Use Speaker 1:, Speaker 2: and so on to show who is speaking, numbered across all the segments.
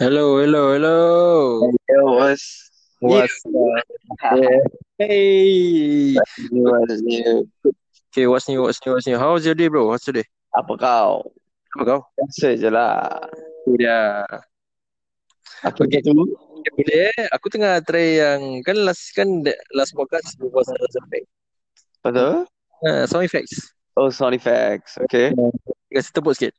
Speaker 1: Hello, hello, hello.
Speaker 2: Yo, what's
Speaker 1: Yeah.
Speaker 2: what's up?
Speaker 1: Yeah. Hey.
Speaker 2: What's new?
Speaker 1: Okay, what's new? What's new? What's new? How's your day, bro? How's your day?
Speaker 2: Apa kau?
Speaker 1: Apa kau?
Speaker 2: Biasa je lah.
Speaker 1: Ya.
Speaker 2: Aku
Speaker 1: Okey.
Speaker 2: okay. tu.
Speaker 1: Okay, boleh eh? Aku tengah try yang kan last kan the- last podcast was sound effects.
Speaker 2: Betul?
Speaker 1: Ha, sound effects.
Speaker 2: Oh, sound effects. Okay.
Speaker 1: Kasi tepuk sikit.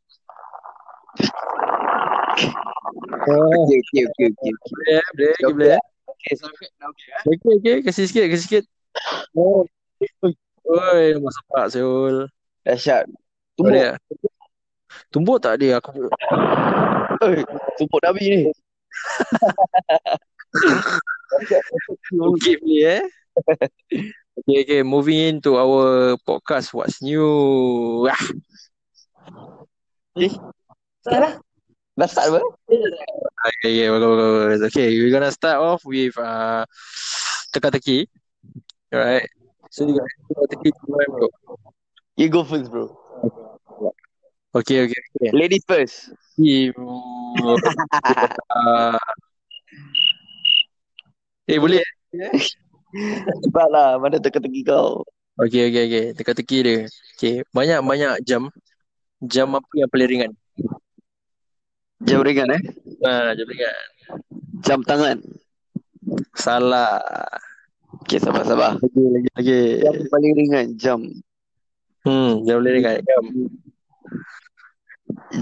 Speaker 1: Oh.
Speaker 2: Okay, okay, okay, okay. okay.
Speaker 1: Boleh, eh? boleh, okay, boleh. eh?
Speaker 2: Okay, sound effects. Okay. eh?
Speaker 1: Okey, okey, kasi sikit, kasi sikit. Oh. Oi, masak pak Seul.
Speaker 2: Dahsyat. Tumbuk.
Speaker 1: Boleh. eh? Tumbuk tak dia aku.
Speaker 2: Eh, tumbuk Nabi ni.
Speaker 1: Okey, boleh eh. Okay, okay, moving into our podcast. What's new? Ah,
Speaker 2: Dah start apa?
Speaker 1: Okay, okay, bagus, bagus, bagus. Okay, we're gonna start off with uh, teka-teki. Alright. So, you guys teka-teki duluan, bro.
Speaker 2: You go first, bro.
Speaker 1: Okay, okay, okay.
Speaker 2: Ladies first.
Speaker 1: Teki, bro. Ah. eh, boleh? eh?
Speaker 2: Cepat lah. Mana teka-teki kau?
Speaker 1: Okay, okay, okay. Teka-teki dia. Okay, banyak-banyak jam. Jam apa yang paling ringan?
Speaker 2: Jam ringan eh?
Speaker 1: Ah, jam ringan.
Speaker 2: Jam tangan.
Speaker 1: Salah.
Speaker 2: Okay, sabar-sabar.
Speaker 1: Lagi, lagi, lagi.
Speaker 2: Jam paling ringan. Jam.
Speaker 1: Hmm, jam paling ringan. Jam.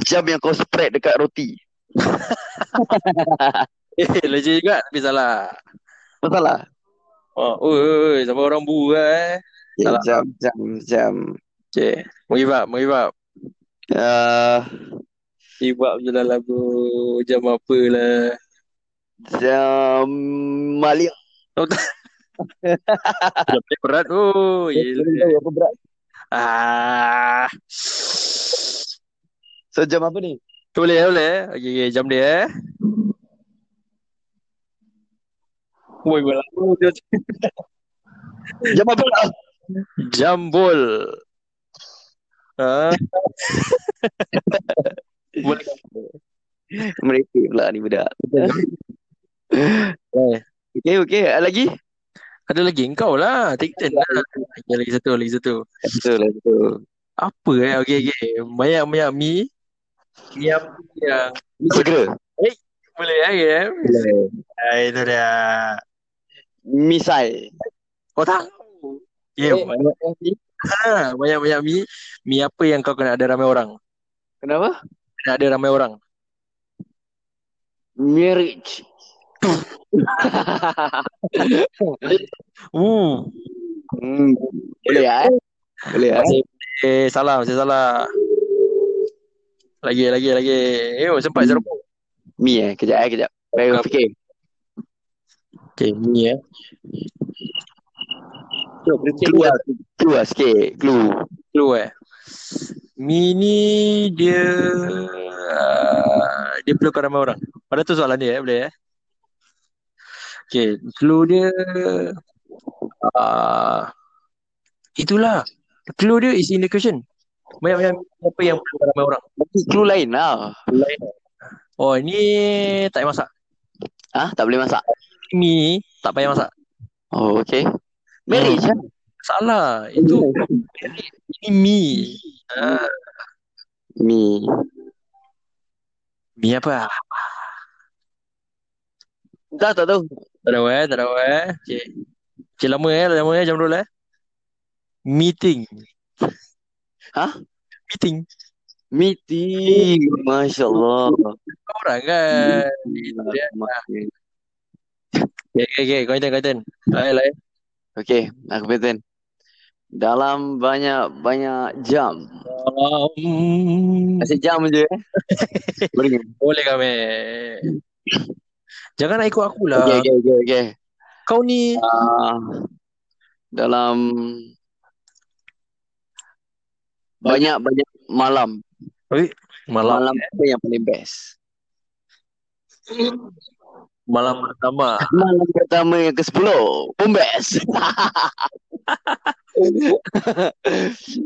Speaker 2: Jam yang kau spread dekat roti.
Speaker 1: Eh, legit juga tapi salah.
Speaker 2: Masalah?
Speaker 1: Oh, oi, oi, oi, sampai orang bu eh.
Speaker 2: Okay,
Speaker 1: Salah.
Speaker 2: Ya, jam, jam, jam.
Speaker 1: Okay, mau give up, mau give up.
Speaker 2: Uh,
Speaker 1: Give up je lah lagu jam apa lah.
Speaker 2: jam Malia.
Speaker 1: Ah, Jam dia berat oh, yelah.
Speaker 2: Apa berat?
Speaker 1: Ah.
Speaker 2: So jam apa ni?
Speaker 1: Tu boleh, boleh. Okey, okay, jam dia eh. Woi, gua lagu dia tu.
Speaker 2: Jam apa lah?
Speaker 1: Jambul. Ha? Boleh.
Speaker 2: Mereka pula ni budak.
Speaker 1: Eh,
Speaker 2: Okay, okay. Ada lagi?
Speaker 1: Ada lagi engkau lah. Take turn lah. Okay, lagi satu, lagi satu.
Speaker 2: Betul lah, betul.
Speaker 1: Apa eh? Okey, okey. Banyak-banyak mi. Mi apa yang
Speaker 2: Segera.
Speaker 1: boleh eh? Okay. Ah, itu dia.
Speaker 2: Misai. Eh,
Speaker 1: Kau tahu. Oh, Ya, yeah, banyak ha, banyak-banyak mi. Mi apa yang kau kena ada ramai orang?
Speaker 2: Kenapa?
Speaker 1: Kena ada ramai orang.
Speaker 2: Marriage.
Speaker 1: Uh.
Speaker 2: hmm. Boleh lah eh? Boleh lah eh?
Speaker 1: Masih, eh, salah, masih salah. Lagi, lagi, lagi. Eh, oh, sempat saya lupa.
Speaker 2: Mi eh? Kejap eh, kejap. Baik,
Speaker 1: Apa?
Speaker 2: fikir.
Speaker 1: Okey, mi eh.
Speaker 2: Clue lah. Clue lah sikit. Clue.
Speaker 1: Clue eh. Mi ni dia uh, dia perlukan ramai orang. Pada tu soalan dia eh, boleh eh. Okay, clue dia uh, itulah. Clue dia is in the question. Banyak-banyak apa yang perlukan ramai orang.
Speaker 2: Clue lain lah.
Speaker 1: Oh, ni tak payah masak.
Speaker 2: Ah, tak boleh masak.
Speaker 1: Mi tak payah masak.
Speaker 2: Oh, okay. Marriage lah.
Speaker 1: Salah. Itu ini mi. Uh,
Speaker 2: Mi.
Speaker 1: mi apa?
Speaker 2: Dah tak tahu.
Speaker 1: Tak tahu eh, tak tahu eh. Cik, cik lama eh, lama eh, jam dulu eh. Meeting.
Speaker 2: Hah?
Speaker 1: Meeting.
Speaker 2: Meeting. Masya Allah.
Speaker 1: Kau orang kan. Dia- Okay, okay, okay. Kau turn, kau turn. Lain, lain.
Speaker 2: Okay, aku betul. Dalam banyak-banyak jam.
Speaker 1: Um,
Speaker 2: Asyik jam je eh. Boleh.
Speaker 1: boleh kami. Jangan nak ikut aku
Speaker 2: Okay,
Speaker 1: lah.
Speaker 2: okay, okay. okay.
Speaker 1: Kau ni.
Speaker 2: Ah, dalam banyak-banyak malam.
Speaker 1: Oi, malam
Speaker 2: Malam apa yang paling best?
Speaker 1: malam pertama.
Speaker 2: Malam pertama yang ke-10 pun best.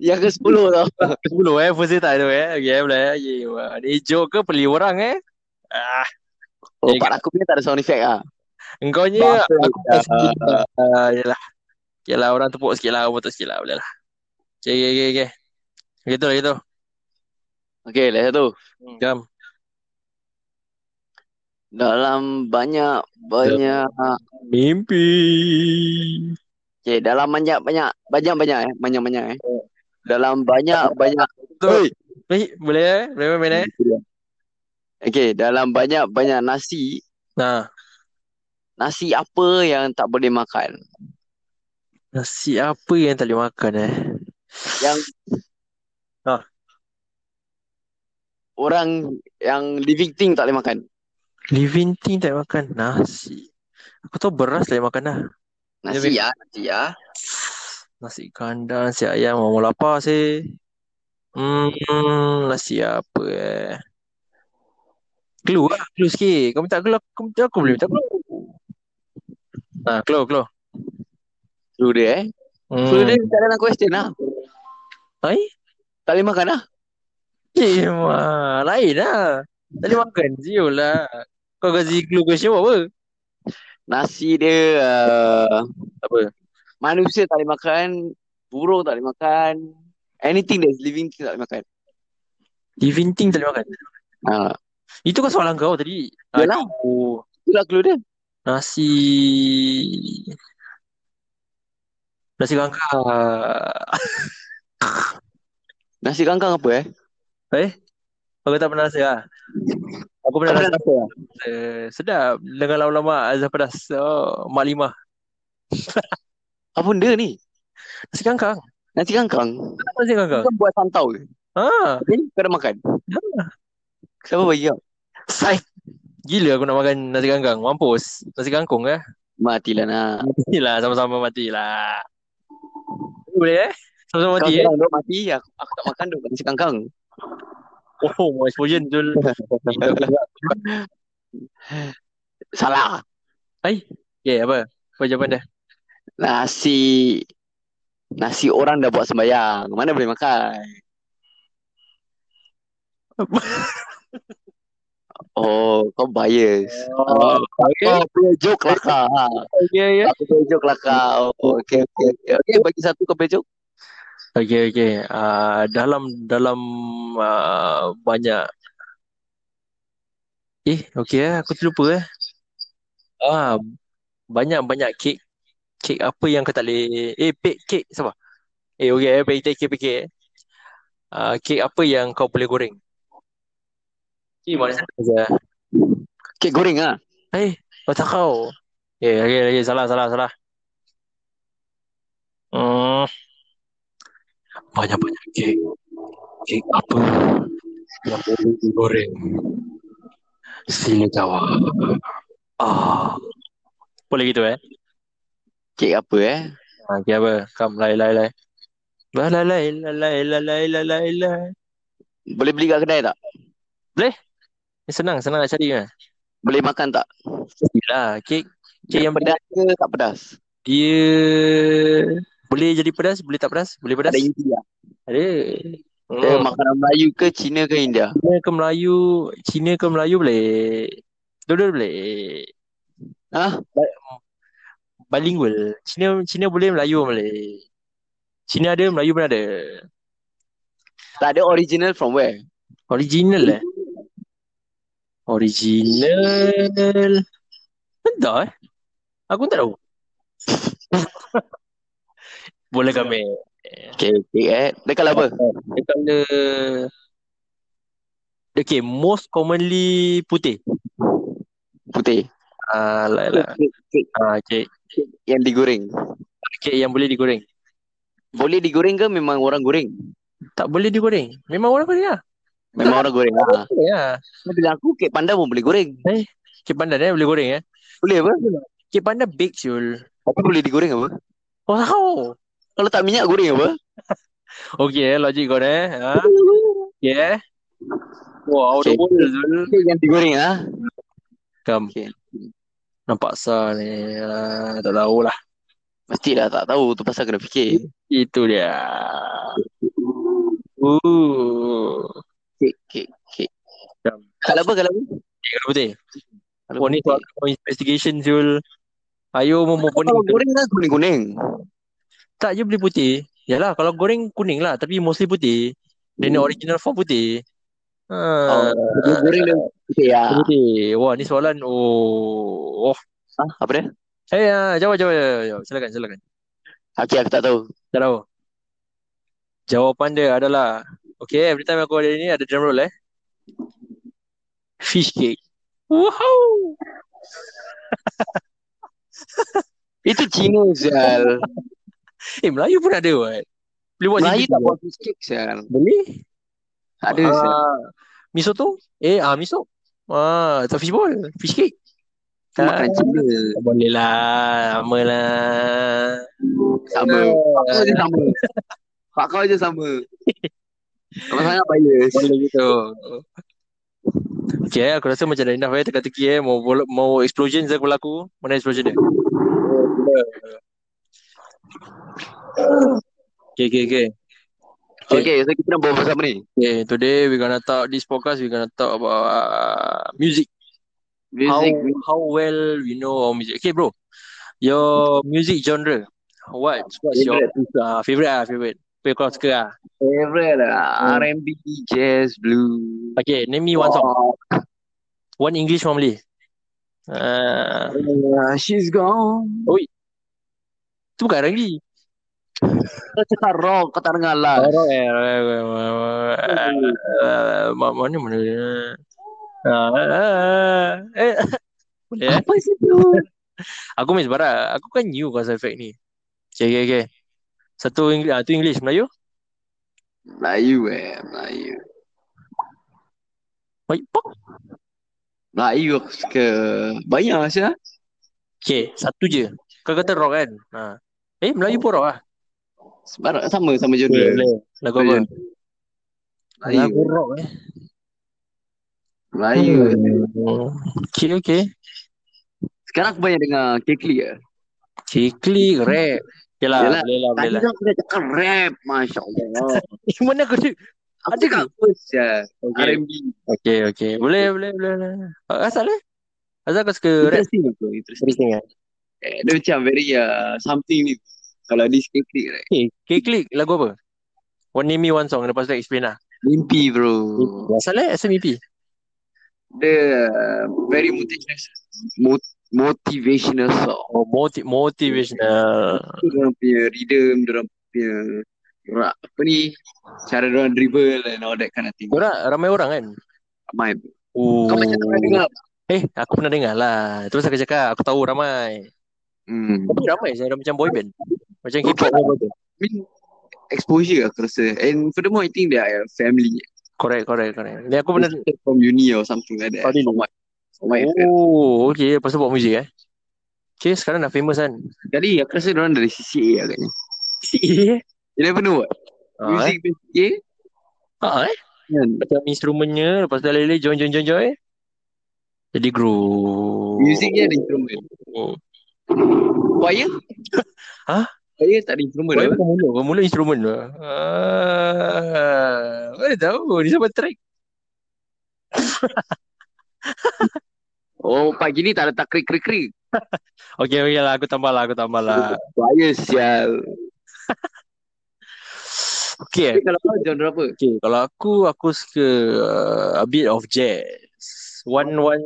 Speaker 2: yang ke-10 tau.
Speaker 1: Sebelum eh, first day tak ada eh. Okay, boleh. eh. Ye, wah. Ni joke ke pilih orang eh? Ah,
Speaker 2: Oh,
Speaker 1: Ya,
Speaker 2: part aku punya tak ada sound effect ah.
Speaker 1: Engkau ni Ya, aku
Speaker 2: dah.
Speaker 1: rasa uh, yalah. Yalah orang tepuk sikit lah, orang tepuk sikit lah, boleh lah. Okay, okay, okay, okay. Gitu lah, gitu.
Speaker 2: Okey, lagi satu.
Speaker 1: Jom.
Speaker 2: Dalam banyak banyak
Speaker 1: Mimpi.
Speaker 2: okey, dalam banyak banyak banyak banyak eh, banyak banyak eh. Dalam banyak banyak
Speaker 1: Betul. Hey, boleh eh? Boleh main, main eh?
Speaker 2: Okey, dalam banyak banyak nasi,
Speaker 1: Nah,
Speaker 2: nasi apa yang tak boleh makan?
Speaker 1: nasi apa yang tak boleh makan eh?
Speaker 2: Yang
Speaker 1: Ah.
Speaker 2: Orang yang living thing tak boleh makan.
Speaker 1: Living thing tak boleh makan. Nasi. Aku tahu beras tak boleh makan dah.
Speaker 2: Nasi ya, nasi ya.
Speaker 1: Nasi kandar, nasi ayam, orang lapar sih. Hmm, nasi apa eh? Clue lah, clue sikit. Kau minta clue, aku, aku, aku boleh minta clue. Ha, clue, clue.
Speaker 2: Suruh dia eh.
Speaker 1: Hmm.
Speaker 2: Suruh dia tak kena question lah.
Speaker 1: Hai?
Speaker 2: Tak boleh makan lah.
Speaker 1: Eh, mah. Lain lah. Tak boleh makan. Siul lah. Kau kasi clue question buat apa?
Speaker 2: Nasi dia uh,
Speaker 1: Apa?
Speaker 2: manusia tak boleh makan, burung tak boleh makan, anything that's living thing tak boleh makan.
Speaker 1: Living thing tak boleh makan.
Speaker 2: Ha.
Speaker 1: Itu kan soalan kau tadi.
Speaker 2: Yalah.
Speaker 1: Aduh.
Speaker 2: Itulah clue dia.
Speaker 1: Nasi... Nasi kangkang.
Speaker 2: Nasi kangkang apa eh?
Speaker 1: Aku tak pernah rasa lah. Aku pernah
Speaker 2: Tak
Speaker 1: rasa
Speaker 2: pernah rasa lah.
Speaker 1: eh, sedap dengan lama-lama azab pedas. Oh, mak lima.
Speaker 2: Apa benda ni?
Speaker 1: Nasi kangkang.
Speaker 2: Nasi kangkang.
Speaker 1: Kenapa nasi kangkang?
Speaker 2: Bukan buat santau ke?
Speaker 1: Ha,
Speaker 2: Tapi kau dah makan. Siapa bagi kau?
Speaker 1: sai. Gila aku nak makan nasi kangkang. Mampus. Nasi kangkung eh.
Speaker 2: Matilah nak.
Speaker 1: Matilah sama-sama matilah. Boleh eh? Sama-sama
Speaker 2: Kau
Speaker 1: mati eh.
Speaker 2: sekarang duk mati, aku, aku tak makan duk nasi kangkang.
Speaker 1: Oh, mau explosion tu.
Speaker 2: Salah.
Speaker 1: Okay, apa? Apa jawapan dia?
Speaker 2: Nasi Nasi orang dah buat sembahyang Mana boleh makan Oh kau bias Oh,
Speaker 1: okay.
Speaker 2: Kau punya joke lah kau
Speaker 1: Okay, okay.
Speaker 2: Aku punya joke lah kau Okay okay okay, okay bagi satu kau punya joke
Speaker 1: Okay, okay. Uh, dalam dalam uh, banyak Eh, okey eh. Aku terlupa eh. Ah, banyak-banyak kek. Kek apa yang kau tak boleh... Eh, bake kek. Sabar. Eh, okey eh. Baik, kita fikir eh. Ah, kek apa yang kau boleh goreng? Eh, mana saja.
Speaker 2: Kek goreng lah
Speaker 1: Eh, otak kau. Eh, okey, okey. Salah, salah, salah. Hmm. Banyak-banyak kek. Kek apa yang boleh digoreng? Sila jawab. Ah. Boleh gitu eh?
Speaker 2: Kek apa eh
Speaker 1: Ha, okay, apa? Come, lai, lai, lai. Lai, lai, lai, lai, lai, lai, lai, lai, lai, lai.
Speaker 2: Boleh beli kat kedai tak?
Speaker 1: Ni Eh, senang, senang nak cari kan?
Speaker 2: Boleh makan tak?
Speaker 1: Yelah, kek, kek yang pedas
Speaker 2: pedas ke tak pedas?
Speaker 1: dia boleh jadi pedas, boleh tak pedas, boleh pedas.
Speaker 2: Ada India
Speaker 1: Ada.
Speaker 2: Dia
Speaker 1: Hmm.
Speaker 2: Eh, makanan Melayu ke Cina ke India?
Speaker 1: Cina ke Melayu, Cina ke Melayu boleh. Dua-dua boleh.
Speaker 2: Hah?
Speaker 1: Bilingual. Cina Cina boleh, Melayu boleh. Cina ada, Melayu pun ada.
Speaker 2: Tak ada original from where?
Speaker 1: Original eh. Original. Entah eh. Aku tak tahu. Boleh kami.
Speaker 2: Okay, kek eh Dia kalau apa?
Speaker 1: Dia kena Okay, most commonly putih.
Speaker 2: Putih
Speaker 1: Ah, lah, lah.
Speaker 2: Kek- kek
Speaker 1: Ah, okay.
Speaker 2: Yang digoreng
Speaker 1: okay, yang boleh digoreng.
Speaker 2: Boleh digoreng ke memang orang goreng?
Speaker 1: Tak boleh digoreng. Memang orang goreng lah.
Speaker 2: Memang orang goreng lah.
Speaker 1: Boleh lah.
Speaker 2: Dia bilang aku kek pandan pun boleh goreng.
Speaker 1: Cik Pandan eh, boleh goreng eh.
Speaker 2: Boleh apa?
Speaker 1: Cik Pandan bake siul.
Speaker 2: Tapi boleh digoreng apa?
Speaker 1: Oh, tahu.
Speaker 2: Kalau tak minyak goreng apa?
Speaker 1: Okay, eh, logik kau eh. Ha? eh. Yeah. Wow,
Speaker 2: Okay.
Speaker 1: okay. double Zul.
Speaker 2: Kek yang digoreng ah.
Speaker 1: Kam.
Speaker 2: Okay.
Speaker 1: Nampak sah ni. Ah, tak tahulah.
Speaker 2: Mestilah tak tahu tu pasal kena fikir.
Speaker 1: Itu dia. Ooh.
Speaker 2: Kek kek kek.
Speaker 1: Jam.
Speaker 2: Kalau apa kalau apa?
Speaker 1: Kalau putih. Oh ni soal kau investigation Zul. Ayo mau
Speaker 2: Kalau
Speaker 1: kuning. ke?
Speaker 2: goreng kan kuning-kuning.
Speaker 1: Tak je beli putih. Yalah kalau goreng kuning lah tapi mostly putih. Dia ni original form putih. Ha.
Speaker 2: Hmm. Oh, dia goreng dia putih ya.
Speaker 1: Putih. Wah ni soalan oh. Oh.
Speaker 2: Ha, apa dia?
Speaker 1: Hey, ah, jawab, jawab, jawab, jawab. Silakan, silakan.
Speaker 2: Okey aku tak tahu.
Speaker 1: Tak tahu. Jawapan dia adalah Okay, every time aku ada ni ada drum roll eh. Fish cake. Wow.
Speaker 2: Itu Cina Zal.
Speaker 1: Eh, Melayu pun ada buat. Boleh buat
Speaker 2: Melayu
Speaker 1: sendiri
Speaker 2: tak
Speaker 1: ke?
Speaker 2: buat cheesecake Zal.
Speaker 1: Boleh.
Speaker 2: Ada Zal.
Speaker 1: Ah, miso tu? Eh, ah miso. Ah, tak fish ball, fish cake. Ah.
Speaker 2: Itu Makan Cina.
Speaker 1: Tak boleh lah, sama lah.
Speaker 2: Sama. Pak kau je sama. Pak kau je sama. Kau sangat bias.
Speaker 1: Boleh gitu. Okay, aku rasa macam dah enough eh teka-teki eh. Mau, bol- mau explosion saya kepala aku. Mana explosion dia? Okay, okay, okay.
Speaker 2: Okay, so kita nak bawa pasal apa ni?
Speaker 1: Okay, today we gonna talk, this podcast we gonna talk about uh, music.
Speaker 2: Music.
Speaker 1: How, how well we know our music. Okay bro, your music genre. What, what's your uh, favorite ah, favorite? Apa yang kau suka ah?
Speaker 2: Favorite lah.
Speaker 1: Hmm.
Speaker 2: R&B, jazz, blues.
Speaker 1: Okay, name me one song. One English, one Malay. Ah,
Speaker 2: Uh, she's gone.
Speaker 1: itu bukan R&B.
Speaker 2: Kau cakap rock, kau tak dengar lah.
Speaker 1: Orang eh, orang- orang- orang- orang-
Speaker 2: Eh?
Speaker 1: Ah, ma- mana mana Ah, ah, ah. eh boleh eh
Speaker 2: Apa sih tu?
Speaker 1: aku main sebarang aku kan new cause effect ni okay okay okay satu English ah, tu English Melayu
Speaker 2: Melayu eh, Melayu.
Speaker 1: baik pok
Speaker 2: Melayu aku suka. Banyak lah, Asya.
Speaker 1: okay satu je kau kata rock kan ha eh Melayu pun rock ah
Speaker 2: Sebarang sama sama genre.
Speaker 1: lagu apa
Speaker 2: Melayu.
Speaker 1: rock eh
Speaker 2: Melayu.
Speaker 1: Hmm. okay okay
Speaker 2: Sekarang aku banyak dengar Kekli ya.
Speaker 1: Cikli rap Yelah, boleh lah, boleh
Speaker 2: Yelah, Tadi
Speaker 1: lah.
Speaker 2: tu aku dah cakap rap, Masya Allah.
Speaker 1: Eh, mana aku cakap?
Speaker 2: Aku cakap apa Asya?
Speaker 1: Okay.
Speaker 2: R&B.
Speaker 1: okay, okay. Boleh, boleh, boleh. boleh. Ah, Asal eh? Asal kau suka rap?
Speaker 2: Interesting aku, interesting.
Speaker 1: Interesting eh?
Speaker 2: Eh, Dia macam very uh, something ni. Kalau di Kekli right.
Speaker 1: Okay, okay klik lagu apa? One name me one song lepas tu explain lah.
Speaker 2: Mimpi bro.
Speaker 1: Asal eh SMP.
Speaker 2: Dia uh, very motivational. Mot- motivational song.
Speaker 1: Oh, motiv motivational.
Speaker 2: Diorang punya rhythm, diorang punya ra- apa ni cara diorang dribble and all that kind of thing.
Speaker 1: Korang ramai orang kan?
Speaker 2: My,
Speaker 1: Oh.
Speaker 2: kau macam tak pernah dengar.
Speaker 1: Eh, aku pernah dengar lah. Terus aku cakap, aku tahu ramai.
Speaker 2: Hmm.
Speaker 1: Tapi ramai saya ada macam boy band. Macam K-pop.
Speaker 2: I mean, exposure aku rasa. And furthermore, I think they are family.
Speaker 1: Correct, correct, correct. Ni aku
Speaker 2: They
Speaker 1: pernah
Speaker 2: started from uni or something like that.
Speaker 1: Oh, really?
Speaker 2: From my, from my friend.
Speaker 1: Oh, okay. Lepas tu buat muzik eh. Okay, sekarang dah famous kan?
Speaker 2: Jadi aku rasa diorang dari CCA agaknya.
Speaker 1: Si.
Speaker 2: You never know what.
Speaker 1: Ha, eh?
Speaker 2: Music based CCA
Speaker 1: Ha, eh?
Speaker 2: kan.
Speaker 1: Macam instrumennya. Lepas tu lele join, join, join, join. Jadi group.
Speaker 2: Oh. Music je ada instrument.
Speaker 1: Oh.
Speaker 2: Choir?
Speaker 1: Hah?
Speaker 2: Choir tak ada instrument.
Speaker 1: Boleh
Speaker 2: apa?
Speaker 1: pemula, pemula instrumen tu. Ah, mana tahu ni siapa track.
Speaker 2: Oh, pagi ni tak letak krik-krik-krik.
Speaker 1: Okey, okey lah, aku tambah lah, aku tambah lah.
Speaker 2: Choir sial.
Speaker 1: Okey,
Speaker 2: Tapi Eh, kalau kau genre apa?
Speaker 1: okey. Kalau aku, aku suka uh, a bit of jazz. One one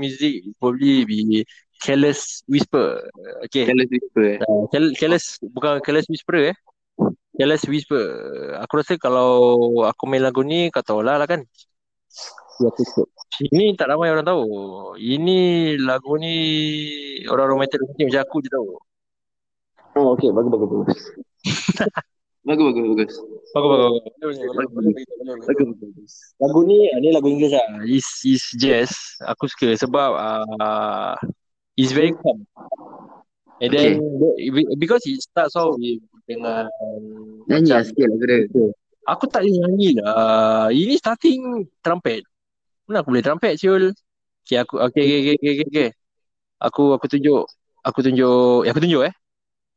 Speaker 1: music probably be Careless Whisper. Okay,
Speaker 2: Careless Whisper eh.
Speaker 1: uh, Care- Careless bukan Careless Whisper eh. Careless Whisper. Aku rasa kalau aku main lagu ni, kau tahu lah lah kan.
Speaker 2: Ya, aku suka.
Speaker 1: Ini tak ramai orang tahu. Ini lagu ni orang romantik romantik macam aku je tahu.
Speaker 2: Oh, okay. Bagus, bagus, bagus. bagus, bagus, bagus.
Speaker 1: Bagus bagus.
Speaker 2: Bagus,
Speaker 1: bagus.
Speaker 2: Bagus, bagus, bagus.
Speaker 1: Lagu ni ni lagu Inggeris lah. Is is jazz. Aku suka sebab uh, it's very calm. And then be- because it starts off with dengan
Speaker 2: Nyanyi lah
Speaker 1: macam-
Speaker 2: sikit lagu dia.
Speaker 1: Aku tak boleh nyanyi lah. Ini starting trumpet. Mana aku boleh trumpet Syul? Okay, aku okay, okay, okay, okay, okay, okay. Aku aku tunjuk. Aku tunjuk. Ya, aku tunjuk eh.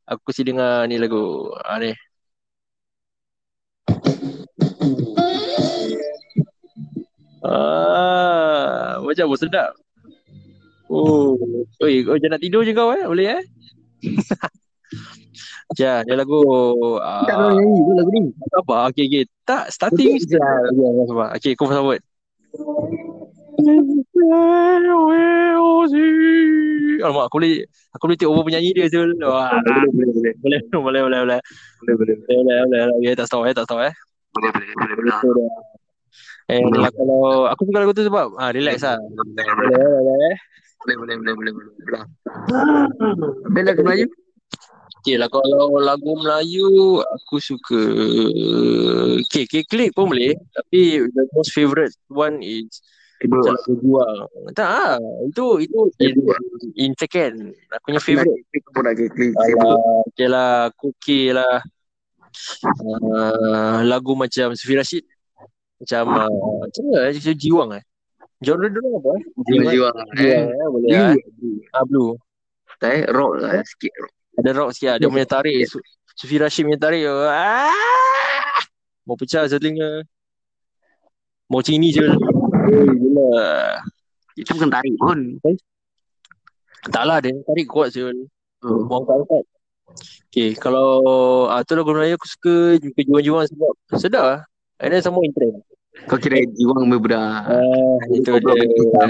Speaker 1: Aku kasi dengar ni lagu. Ha ni. Ah, macam pun sedap. Oh, oi, kau jangan nak tidur je kau eh. Boleh eh? Jah, dia lagu ah,
Speaker 2: Tak tahu nyanyi pun lagu ni.
Speaker 1: apa? Okey, okey. Tak, starting
Speaker 2: Sedih je.
Speaker 1: Ya, ya, sabar. Okey, kau faham word. Alamak, aku boleh aku boleh take over penyanyi dia tu. Wah.
Speaker 2: Ah,
Speaker 1: Boleh, boleh, boleh. Boleh, boleh, boleh. Boleh, boleh. Boleh, boleh, boleh. Okay, tak stop eh, tak stop eh.
Speaker 2: Boleh, boleh, boleh, boleh.
Speaker 1: Betul dah. Eh,
Speaker 2: Boleh.
Speaker 1: kalau aku suka lagu tu sebab ah relax ah.
Speaker 2: lah.
Speaker 1: Boleh,
Speaker 2: Boleh,
Speaker 1: boleh, boleh.
Speaker 2: boleh, boleh, boleh, boleh, boleh. Bel lagu Melayu?
Speaker 1: Okay lah kalau lagu Melayu aku suka okay, okay klik pun boleh tapi the most favourite one is macam lagu juang tak ah, itu itu
Speaker 2: Ya,
Speaker 1: in, in second aku punya favourite
Speaker 2: Aku nak klik.
Speaker 1: Alah, okay lah aku okay lah uh, lagu macam Sufi Rashid macam uh, macam mana eh, macam jiwang eh genre dia orang apa eh
Speaker 2: Jiwa, jiwa.
Speaker 1: jiwang eh boleh
Speaker 2: Blue.
Speaker 1: eh ah, blue
Speaker 2: Tak eh, rock lah sikit.
Speaker 1: ada rock sikit lah. Dia punya tarik. Su- Sufi Rashid punya tarik. Ah! Mau pecah setelinga. Mau macam ni je. Oi, Eh, gila.
Speaker 2: Itu bukan tarik pun.
Speaker 1: Tak lah dia tarik kuat Zul.
Speaker 2: Oh.
Speaker 1: Mau angkat-angkat. Okay, kalau ah, tu lagu Melayu aku suka jumpa juang-juang sebab sedap lah. And then sama in trend.
Speaker 2: Kau kira jiwang berbudak.
Speaker 1: Ah, itu
Speaker 2: Kau
Speaker 1: dia.
Speaker 2: blok main gitar.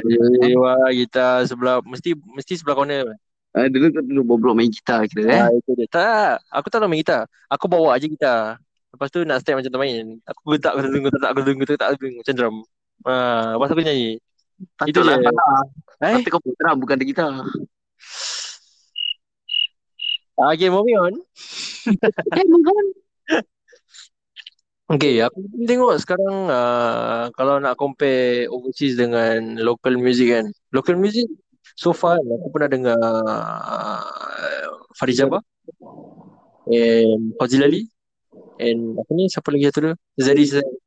Speaker 1: Wah, kita sebelah mesti mesti sebelah corner.
Speaker 2: Ah, dulu kau dulu boblok main gitar kira eh.
Speaker 1: Ah, itu dia. Tak, aku tak nak main gitar. Aku bawa aje gitar. Lepas tu nak step macam tu main. Aku getak, aku tunggu, tak, aku tunggu, tak, aku tunggu. Macam drum. Ah, lepas tu aku nyanyi. Itu
Speaker 2: Patutlah
Speaker 1: je.
Speaker 2: salah.
Speaker 1: Eh?
Speaker 2: Tapi kau main drum bukan ada gitar.
Speaker 1: Ah, okay, moving on.
Speaker 2: Eh, bukan.
Speaker 1: Okay, aku pun tengok sekarang ah, kalau nak compare overseas dengan local music kan. Local music, so far aku pernah dengar ah, Farid Jabbar and Fazil Ali and apa ni, siapa lagi satu dia? Zari,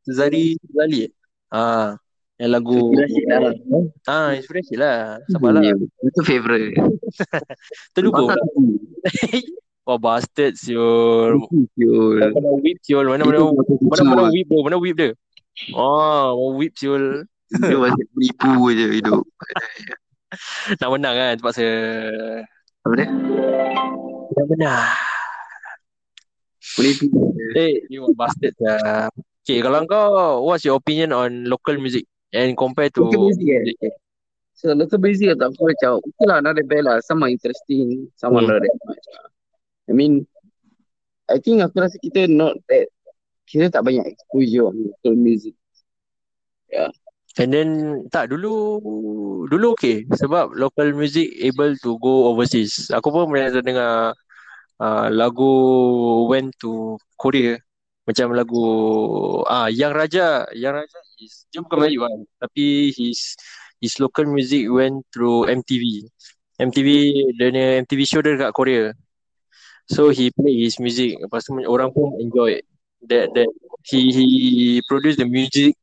Speaker 1: Zari Zali eh? Ah, yang lagu
Speaker 2: Inspirasi lah.
Speaker 1: Ah, inspirasi lah. Sabarlah.
Speaker 2: Ya, Itu favourite.
Speaker 1: Terlupa
Speaker 2: Patut
Speaker 1: pula.
Speaker 2: aku.
Speaker 1: Wah, bastard siul.
Speaker 2: Siul.
Speaker 1: Mana mana whip siul. Mana mana
Speaker 2: Itu patut
Speaker 1: mana mana
Speaker 2: semua.
Speaker 1: whip bro. Mana whip dia? Oh, mau whip siul.
Speaker 2: Dia masih menipu je hidup.
Speaker 1: Nak menang kan terpaksa.
Speaker 2: Apa dia?
Speaker 1: Nak menang.
Speaker 2: Menipu.
Speaker 1: Eh, you were bastard lah. Okay, kalau kau, what's your opinion on local music? And compare to...
Speaker 2: Local music, eh? So, local music tak aku macam, okay lah, not that bad lah. Sama interesting, sama
Speaker 1: Hmm.
Speaker 2: not that much lah. I mean, I think aku rasa kita not that, kita tak banyak exposure on local music.
Speaker 1: And then, tak, dulu... Dulu okay. Sebab local music able to go overseas. Aku pun pernah dengar uh, lagu went to Korea macam lagu ah Yang Raja Yang Raja is dia bukan Melayu kan tapi his his local music went through MTV MTV dia punya MTV show dia dekat Korea so he play his music lepas tu orang pun enjoy that that he he produce the music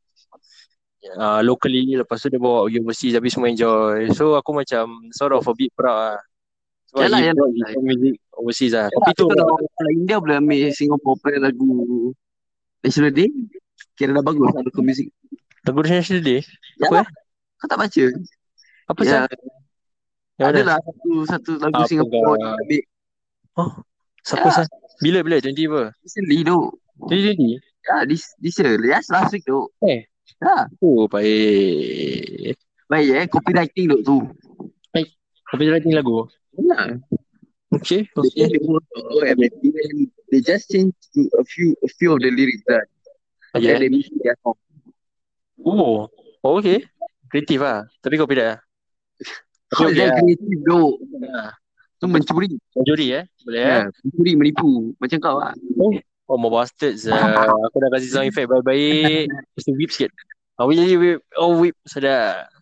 Speaker 1: uh, locally lepas tu dia bawa pergi overseas tapi semua enjoy so aku macam sort of a bit proud lah sebab
Speaker 2: Yalah,
Speaker 1: he
Speaker 2: yalah.
Speaker 1: brought his own music overseas lah tapi tu
Speaker 2: Kita kalau kalau India boleh ambil Singapore punya lagu National Day, kira dah bagus lah local music.
Speaker 1: Lagu National Day?
Speaker 2: Yalah. Kau tak baca?
Speaker 1: Apa
Speaker 2: Ya,
Speaker 1: yeah. Yang mana?
Speaker 2: Adalah satu satu lagu
Speaker 1: Apa
Speaker 2: Singapura yang
Speaker 1: kau?
Speaker 2: ambil
Speaker 1: Siapa
Speaker 2: Ya.
Speaker 1: sah? Bila bila? 20 apa?
Speaker 2: recently tu.
Speaker 1: 2020?
Speaker 2: Ya, this this year, last last week tu.
Speaker 1: Eh.
Speaker 2: Ya,
Speaker 1: Oh baik.
Speaker 2: baik eh copywriting tu tu.
Speaker 1: Apa dia writing lagu? Ya,
Speaker 2: Benar.
Speaker 1: Okay.
Speaker 2: They,
Speaker 1: Okay.
Speaker 2: they, wrote, oh, and then they just change to a few a few of the lyrics that
Speaker 1: Yeah.
Speaker 2: they make their song.
Speaker 1: Oh. oh okay. Kreatif lah. Tapi kau pilih lah.
Speaker 2: How is that creative though?
Speaker 1: Ya.
Speaker 2: Tu mencuri.
Speaker 1: Juri eh? Boleh eh?
Speaker 2: Ya, mencuri menipu macam kau ah.
Speaker 1: Oh mau bastard sah. Aku dah kasih sound effect baik-baik. Lepas tu whip sikit. Oh jadi whip. Oh whip. Sedap.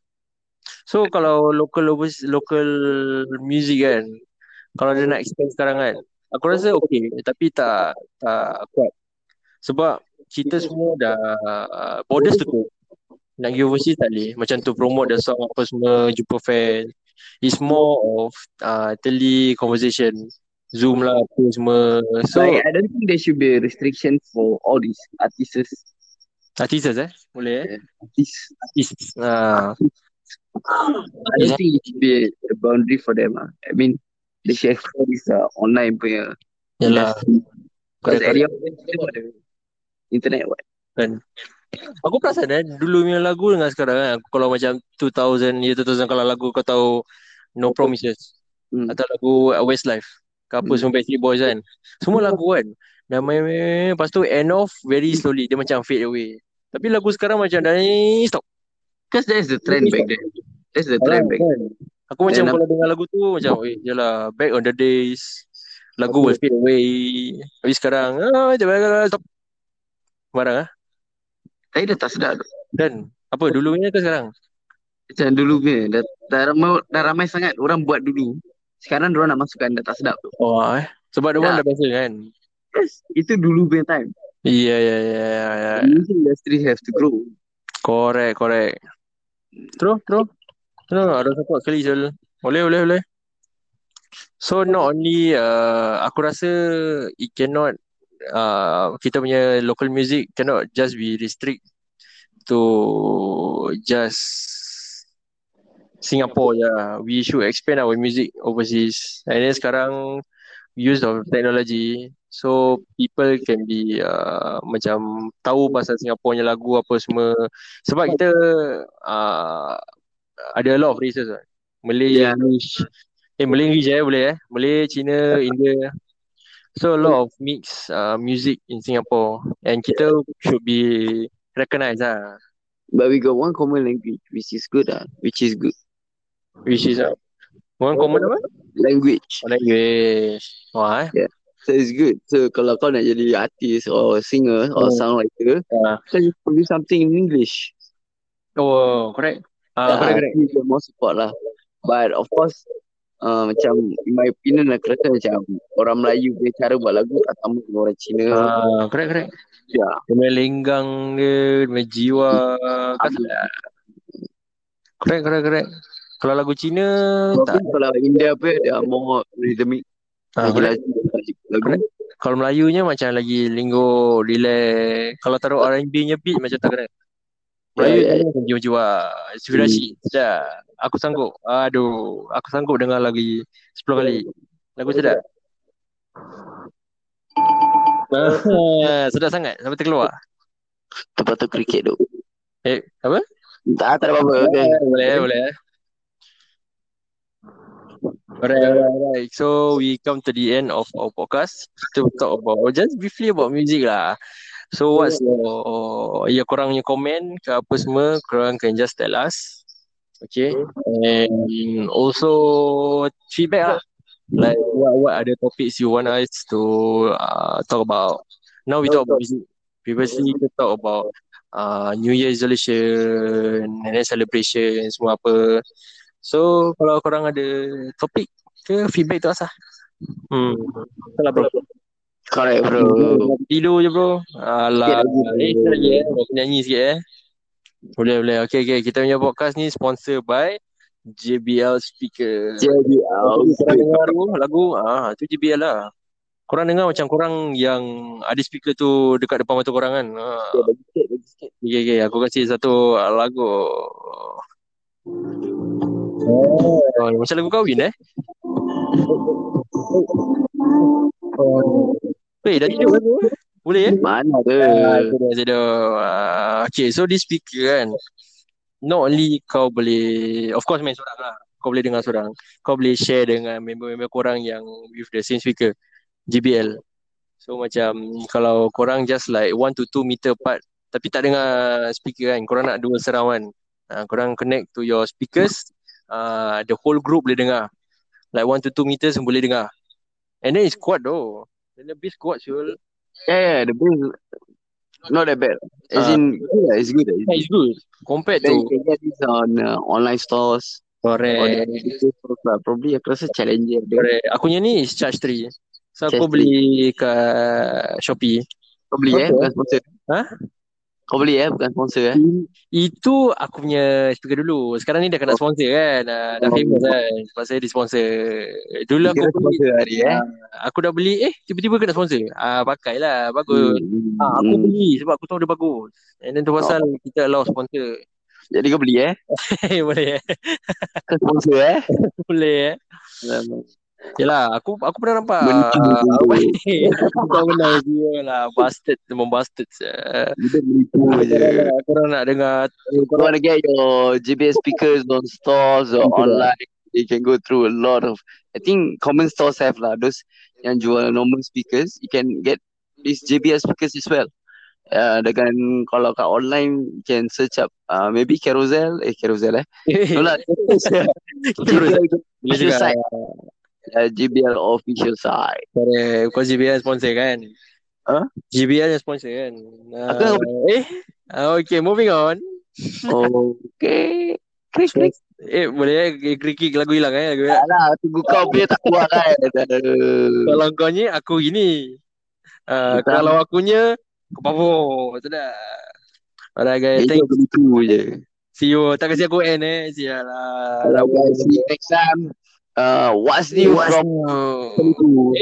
Speaker 1: So kalau local overseas- local music kan. Kalau dia nak expand sekarang kan. Aku rasa okay. Tapi tak tak kuat. Sebab kita semua dah uh, borders tutup. Nak pergi overseas tak boleh. Macam tu promote the song apa semua. Jumpa fan. It's more of uh, tele conversation. Zoom lah apa semua.
Speaker 2: So
Speaker 1: So
Speaker 2: I, I don't think there should be a restriction for all these artists.
Speaker 1: Artisans eh? Boleh eh?
Speaker 2: Artists.
Speaker 1: Artis. Ah.
Speaker 2: I don't think it should be a boundary for them. ah. I mean, they should explore this uh, online punya
Speaker 1: Yalah.
Speaker 2: industry. Because
Speaker 1: Correct,
Speaker 2: area of them still ada internet what?
Speaker 1: Kan. Aku perasan eh dulu punya lagu dengan sekarang kan. Aku kalau macam 2000 year 2000 kalau lagu kau tahu No Promises
Speaker 2: Hmm.
Speaker 1: atau lagu uh, Westlife ke apa
Speaker 2: Hmm.
Speaker 1: semua Backstreet Boys kan. Semua lagu kan. Dan main, main, main, main. lepas tu end off very slowly dia macam fade away. Tapi lagu sekarang macam dah ni stop.
Speaker 2: Because that's the trend back then. That's the trend back then.
Speaker 1: Aku macam
Speaker 2: Then
Speaker 1: kalau dengar lagu tu macam eh jelah back on the days. Lagu will fade away. Tapi sekarang ah jangan stop. Marah ah.
Speaker 2: Tapi dah tak sedap tu.
Speaker 1: Dan apa dulunya ke sekarang?
Speaker 2: Macam dulu punya. Dah, dah, ramai, dah ramai sangat orang buat dulu. Sekarang orang nak masukkan dah tak sedap tu.
Speaker 1: Oh eh. Sebab dia orang
Speaker 2: Ya.
Speaker 1: dah biasa kan.
Speaker 2: Yes, itu dulu punya time.
Speaker 1: Ya ya ya ya, ya.
Speaker 2: The music industry have to grow.
Speaker 1: Correct correct. True true. True ada support sekali Zul. Boleh boleh boleh. So not only uh, aku rasa it cannot uh, kita punya local music cannot just be restrict to just Singapore ya. Yeah. We should expand our music overseas. And then sekarang use of technology so people can be uh, macam tahu pasal Singapore punya lagu apa semua sebab kita uh, ada a lot of races right? Malay
Speaker 2: Yeah.
Speaker 1: English eh Malay English eh boleh eh Malay Cina India so a lot of mix uh, music in Singapore and kita should be recognised lah
Speaker 2: But we got one common language which is good ah, which is good
Speaker 1: which is uh, one common apa
Speaker 2: language.
Speaker 1: language wah eh
Speaker 2: So it's good. So kalau kau nak jadi artist or singer or
Speaker 1: Hmm.
Speaker 2: songwriter,
Speaker 1: Ah.
Speaker 2: then you can do something in English.
Speaker 1: oh correct ah
Speaker 2: Ah,
Speaker 1: correct correct
Speaker 2: you get more support lah. But of course, uh, macam in my opinion lah kereta macam orang Melayu punya cara buat lagu tak sama dengan orang Cina.
Speaker 1: ah correct correct
Speaker 2: Ya.
Speaker 1: Dia punya lenggang dia, dia punya jiwa. Kan- Correct, correct, correct. Kalau lagu Cina, tak.
Speaker 2: Walaupun kalau India pun ada more rhythmic
Speaker 1: Ah, correct.
Speaker 2: lagi laju lagu.
Speaker 1: Correct. Kalau Melayunya macam lagi lingo, relax. Kalau taruh R&B-nya beat macam tak correct. Melayu
Speaker 2: Ya, Hmm. ya,
Speaker 1: yeah, yeah. jiwa-jiwa. Inspirasi. Sedap. Aku sanggup. Aduh. Aku sanggup dengar lagi 10 kali. Lagu sedap. Ah, sedap sangat. Sampai terkeluar.
Speaker 2: Tempat tu cricket tu.
Speaker 1: Eh, apa?
Speaker 2: Tak, tak ada apa-apa. Okay.
Speaker 1: Boleh, boleh. Alright, alright, alright. So we come to the end of our podcast. Kita talk about oh, just briefly about music lah. So what's your ya korang punya komen ke apa semua, korang can just tell us. Okay. And also feedback lah. Like what what are the topics you want us to uh, talk about? Now we talk about music. Previously kita talk about uh, New Year resolution and then celebration semua apa. So kalau korang ada topik ke feedback tu asah. Hmm. Betul lah bro.
Speaker 2: Correct bro.
Speaker 1: Hmm. Tidur je bro. Alah.
Speaker 2: Sikit lagi, bro.
Speaker 1: Eh, kita lagi eh. Aku nyanyi sikit eh. Boleh boleh. Okay okay. Kita punya podcast ni sponsor by JBL speaker.
Speaker 2: Jadi,
Speaker 1: Kalau korang
Speaker 2: uh,
Speaker 1: dengar tu lagu, ah tu JBL lah. Korang dengar macam korang yang ada speaker tu dekat depan mata korang kan. Ah.
Speaker 2: bagi sikit, bagi sikit.
Speaker 1: Okay, okay. Ya, Aku kasih satu uh, lagu. Oh, macam lagu kahwin eh? Weh, dah tidur lagu eh? Boleh eh?
Speaker 2: oh. Mana ada?
Speaker 1: Ah, itu dia, itu dia. Ah, okay, so this speaker kan, not only kau boleh, of course main seorang lah. Kau boleh dengar seorang. Kau boleh share dengan member-member korang yang with the same speaker, JBL. So macam kalau korang just like 1 to 2 meter apart, tapi tak dengar speaker kan, korang nak dua surround kan. Ah, korang connect to your speakers, ah, the whole group boleh dengar. Like 1 to 2 meters pun boleh dengar. And then it's quad though. Then the bass quad Syul.
Speaker 2: Yeah, yeah, the bill not that bad. As
Speaker 1: Ah.
Speaker 2: in, good lah, it's good lah.
Speaker 1: Yeah, it's good. Compared
Speaker 2: Then you
Speaker 1: to
Speaker 2: can get this on uh, online stores. Or the
Speaker 1: Correct.
Speaker 2: digital stores lah. Probably aku rasa Challenger dia.
Speaker 1: Correct. Aku punya ni is charge 3. So aku
Speaker 2: Charge
Speaker 1: beli kat Shopee.
Speaker 2: Kau beli
Speaker 1: Okay.
Speaker 2: eh, bukan sponsor.
Speaker 1: Ha?
Speaker 2: Kau beli eh, bukan sponsor eh.
Speaker 1: Itu aku punya speaker dulu. Sekarang ni dah kena sponsor kan. Ah, Dah
Speaker 2: Oh.
Speaker 1: famous kan. Sebab saya di sponsor. Dulu aku
Speaker 2: Kira
Speaker 1: beli. Ah,
Speaker 2: sponsor hari eh.
Speaker 1: Aku dah beli eh tiba-tiba kena sponsor. Ah pakailah bagus.
Speaker 2: Hmm.
Speaker 1: Ah, aku
Speaker 2: Hmm. Oh.
Speaker 1: beli sebab aku tahu dia bagus. And then tu pasal kita allow sponsor.
Speaker 2: Jadi kau beli eh
Speaker 1: boleh eh?
Speaker 2: Kau sponsor eh
Speaker 1: Boleh eh? Yalah, aku aku pernah nampak.
Speaker 2: Benci dia.
Speaker 1: Kau benar dia lah. Bastard, membastard. Uh,
Speaker 2: Itu je
Speaker 1: korang nak dengar
Speaker 2: If you want to get your JBS speakers on stores or online, you can go through a lot of. I think common stores have lah those yang jual normal speakers. You can get these JBS speakers as well. Uh, dengan kalau kat online you can search up uh, maybe Carousel eh Carousel eh no lah JBL
Speaker 1: Boleh
Speaker 2: official
Speaker 1: juga.
Speaker 2: site uh, JBL official site
Speaker 1: Eh, kau GBL sponsor kan?
Speaker 2: Huh?
Speaker 1: GBL yang sponsor kan?
Speaker 2: Ha? Aku
Speaker 1: Ah, eh? Ah, okay, moving on.
Speaker 2: okay klik klik
Speaker 1: Eh, boleh eh, kerikik lagu hilang eh? Lagu hilang.
Speaker 2: tak lah tunggu kau punya tak keluar kan Aduh.
Speaker 1: Kalau kau ni, aku gini. Ah,
Speaker 2: Betul.
Speaker 1: kalau akunya, kau pabur. Tu dah. Alright guys,
Speaker 2: Itu
Speaker 1: thank
Speaker 2: begitu je
Speaker 1: See you. Tak kasi aku end eh. Sial lah.
Speaker 2: Hello guys, see you next time. Uh, what's new
Speaker 1: What's
Speaker 2: from
Speaker 1: new?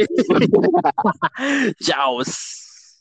Speaker 1: Ciao.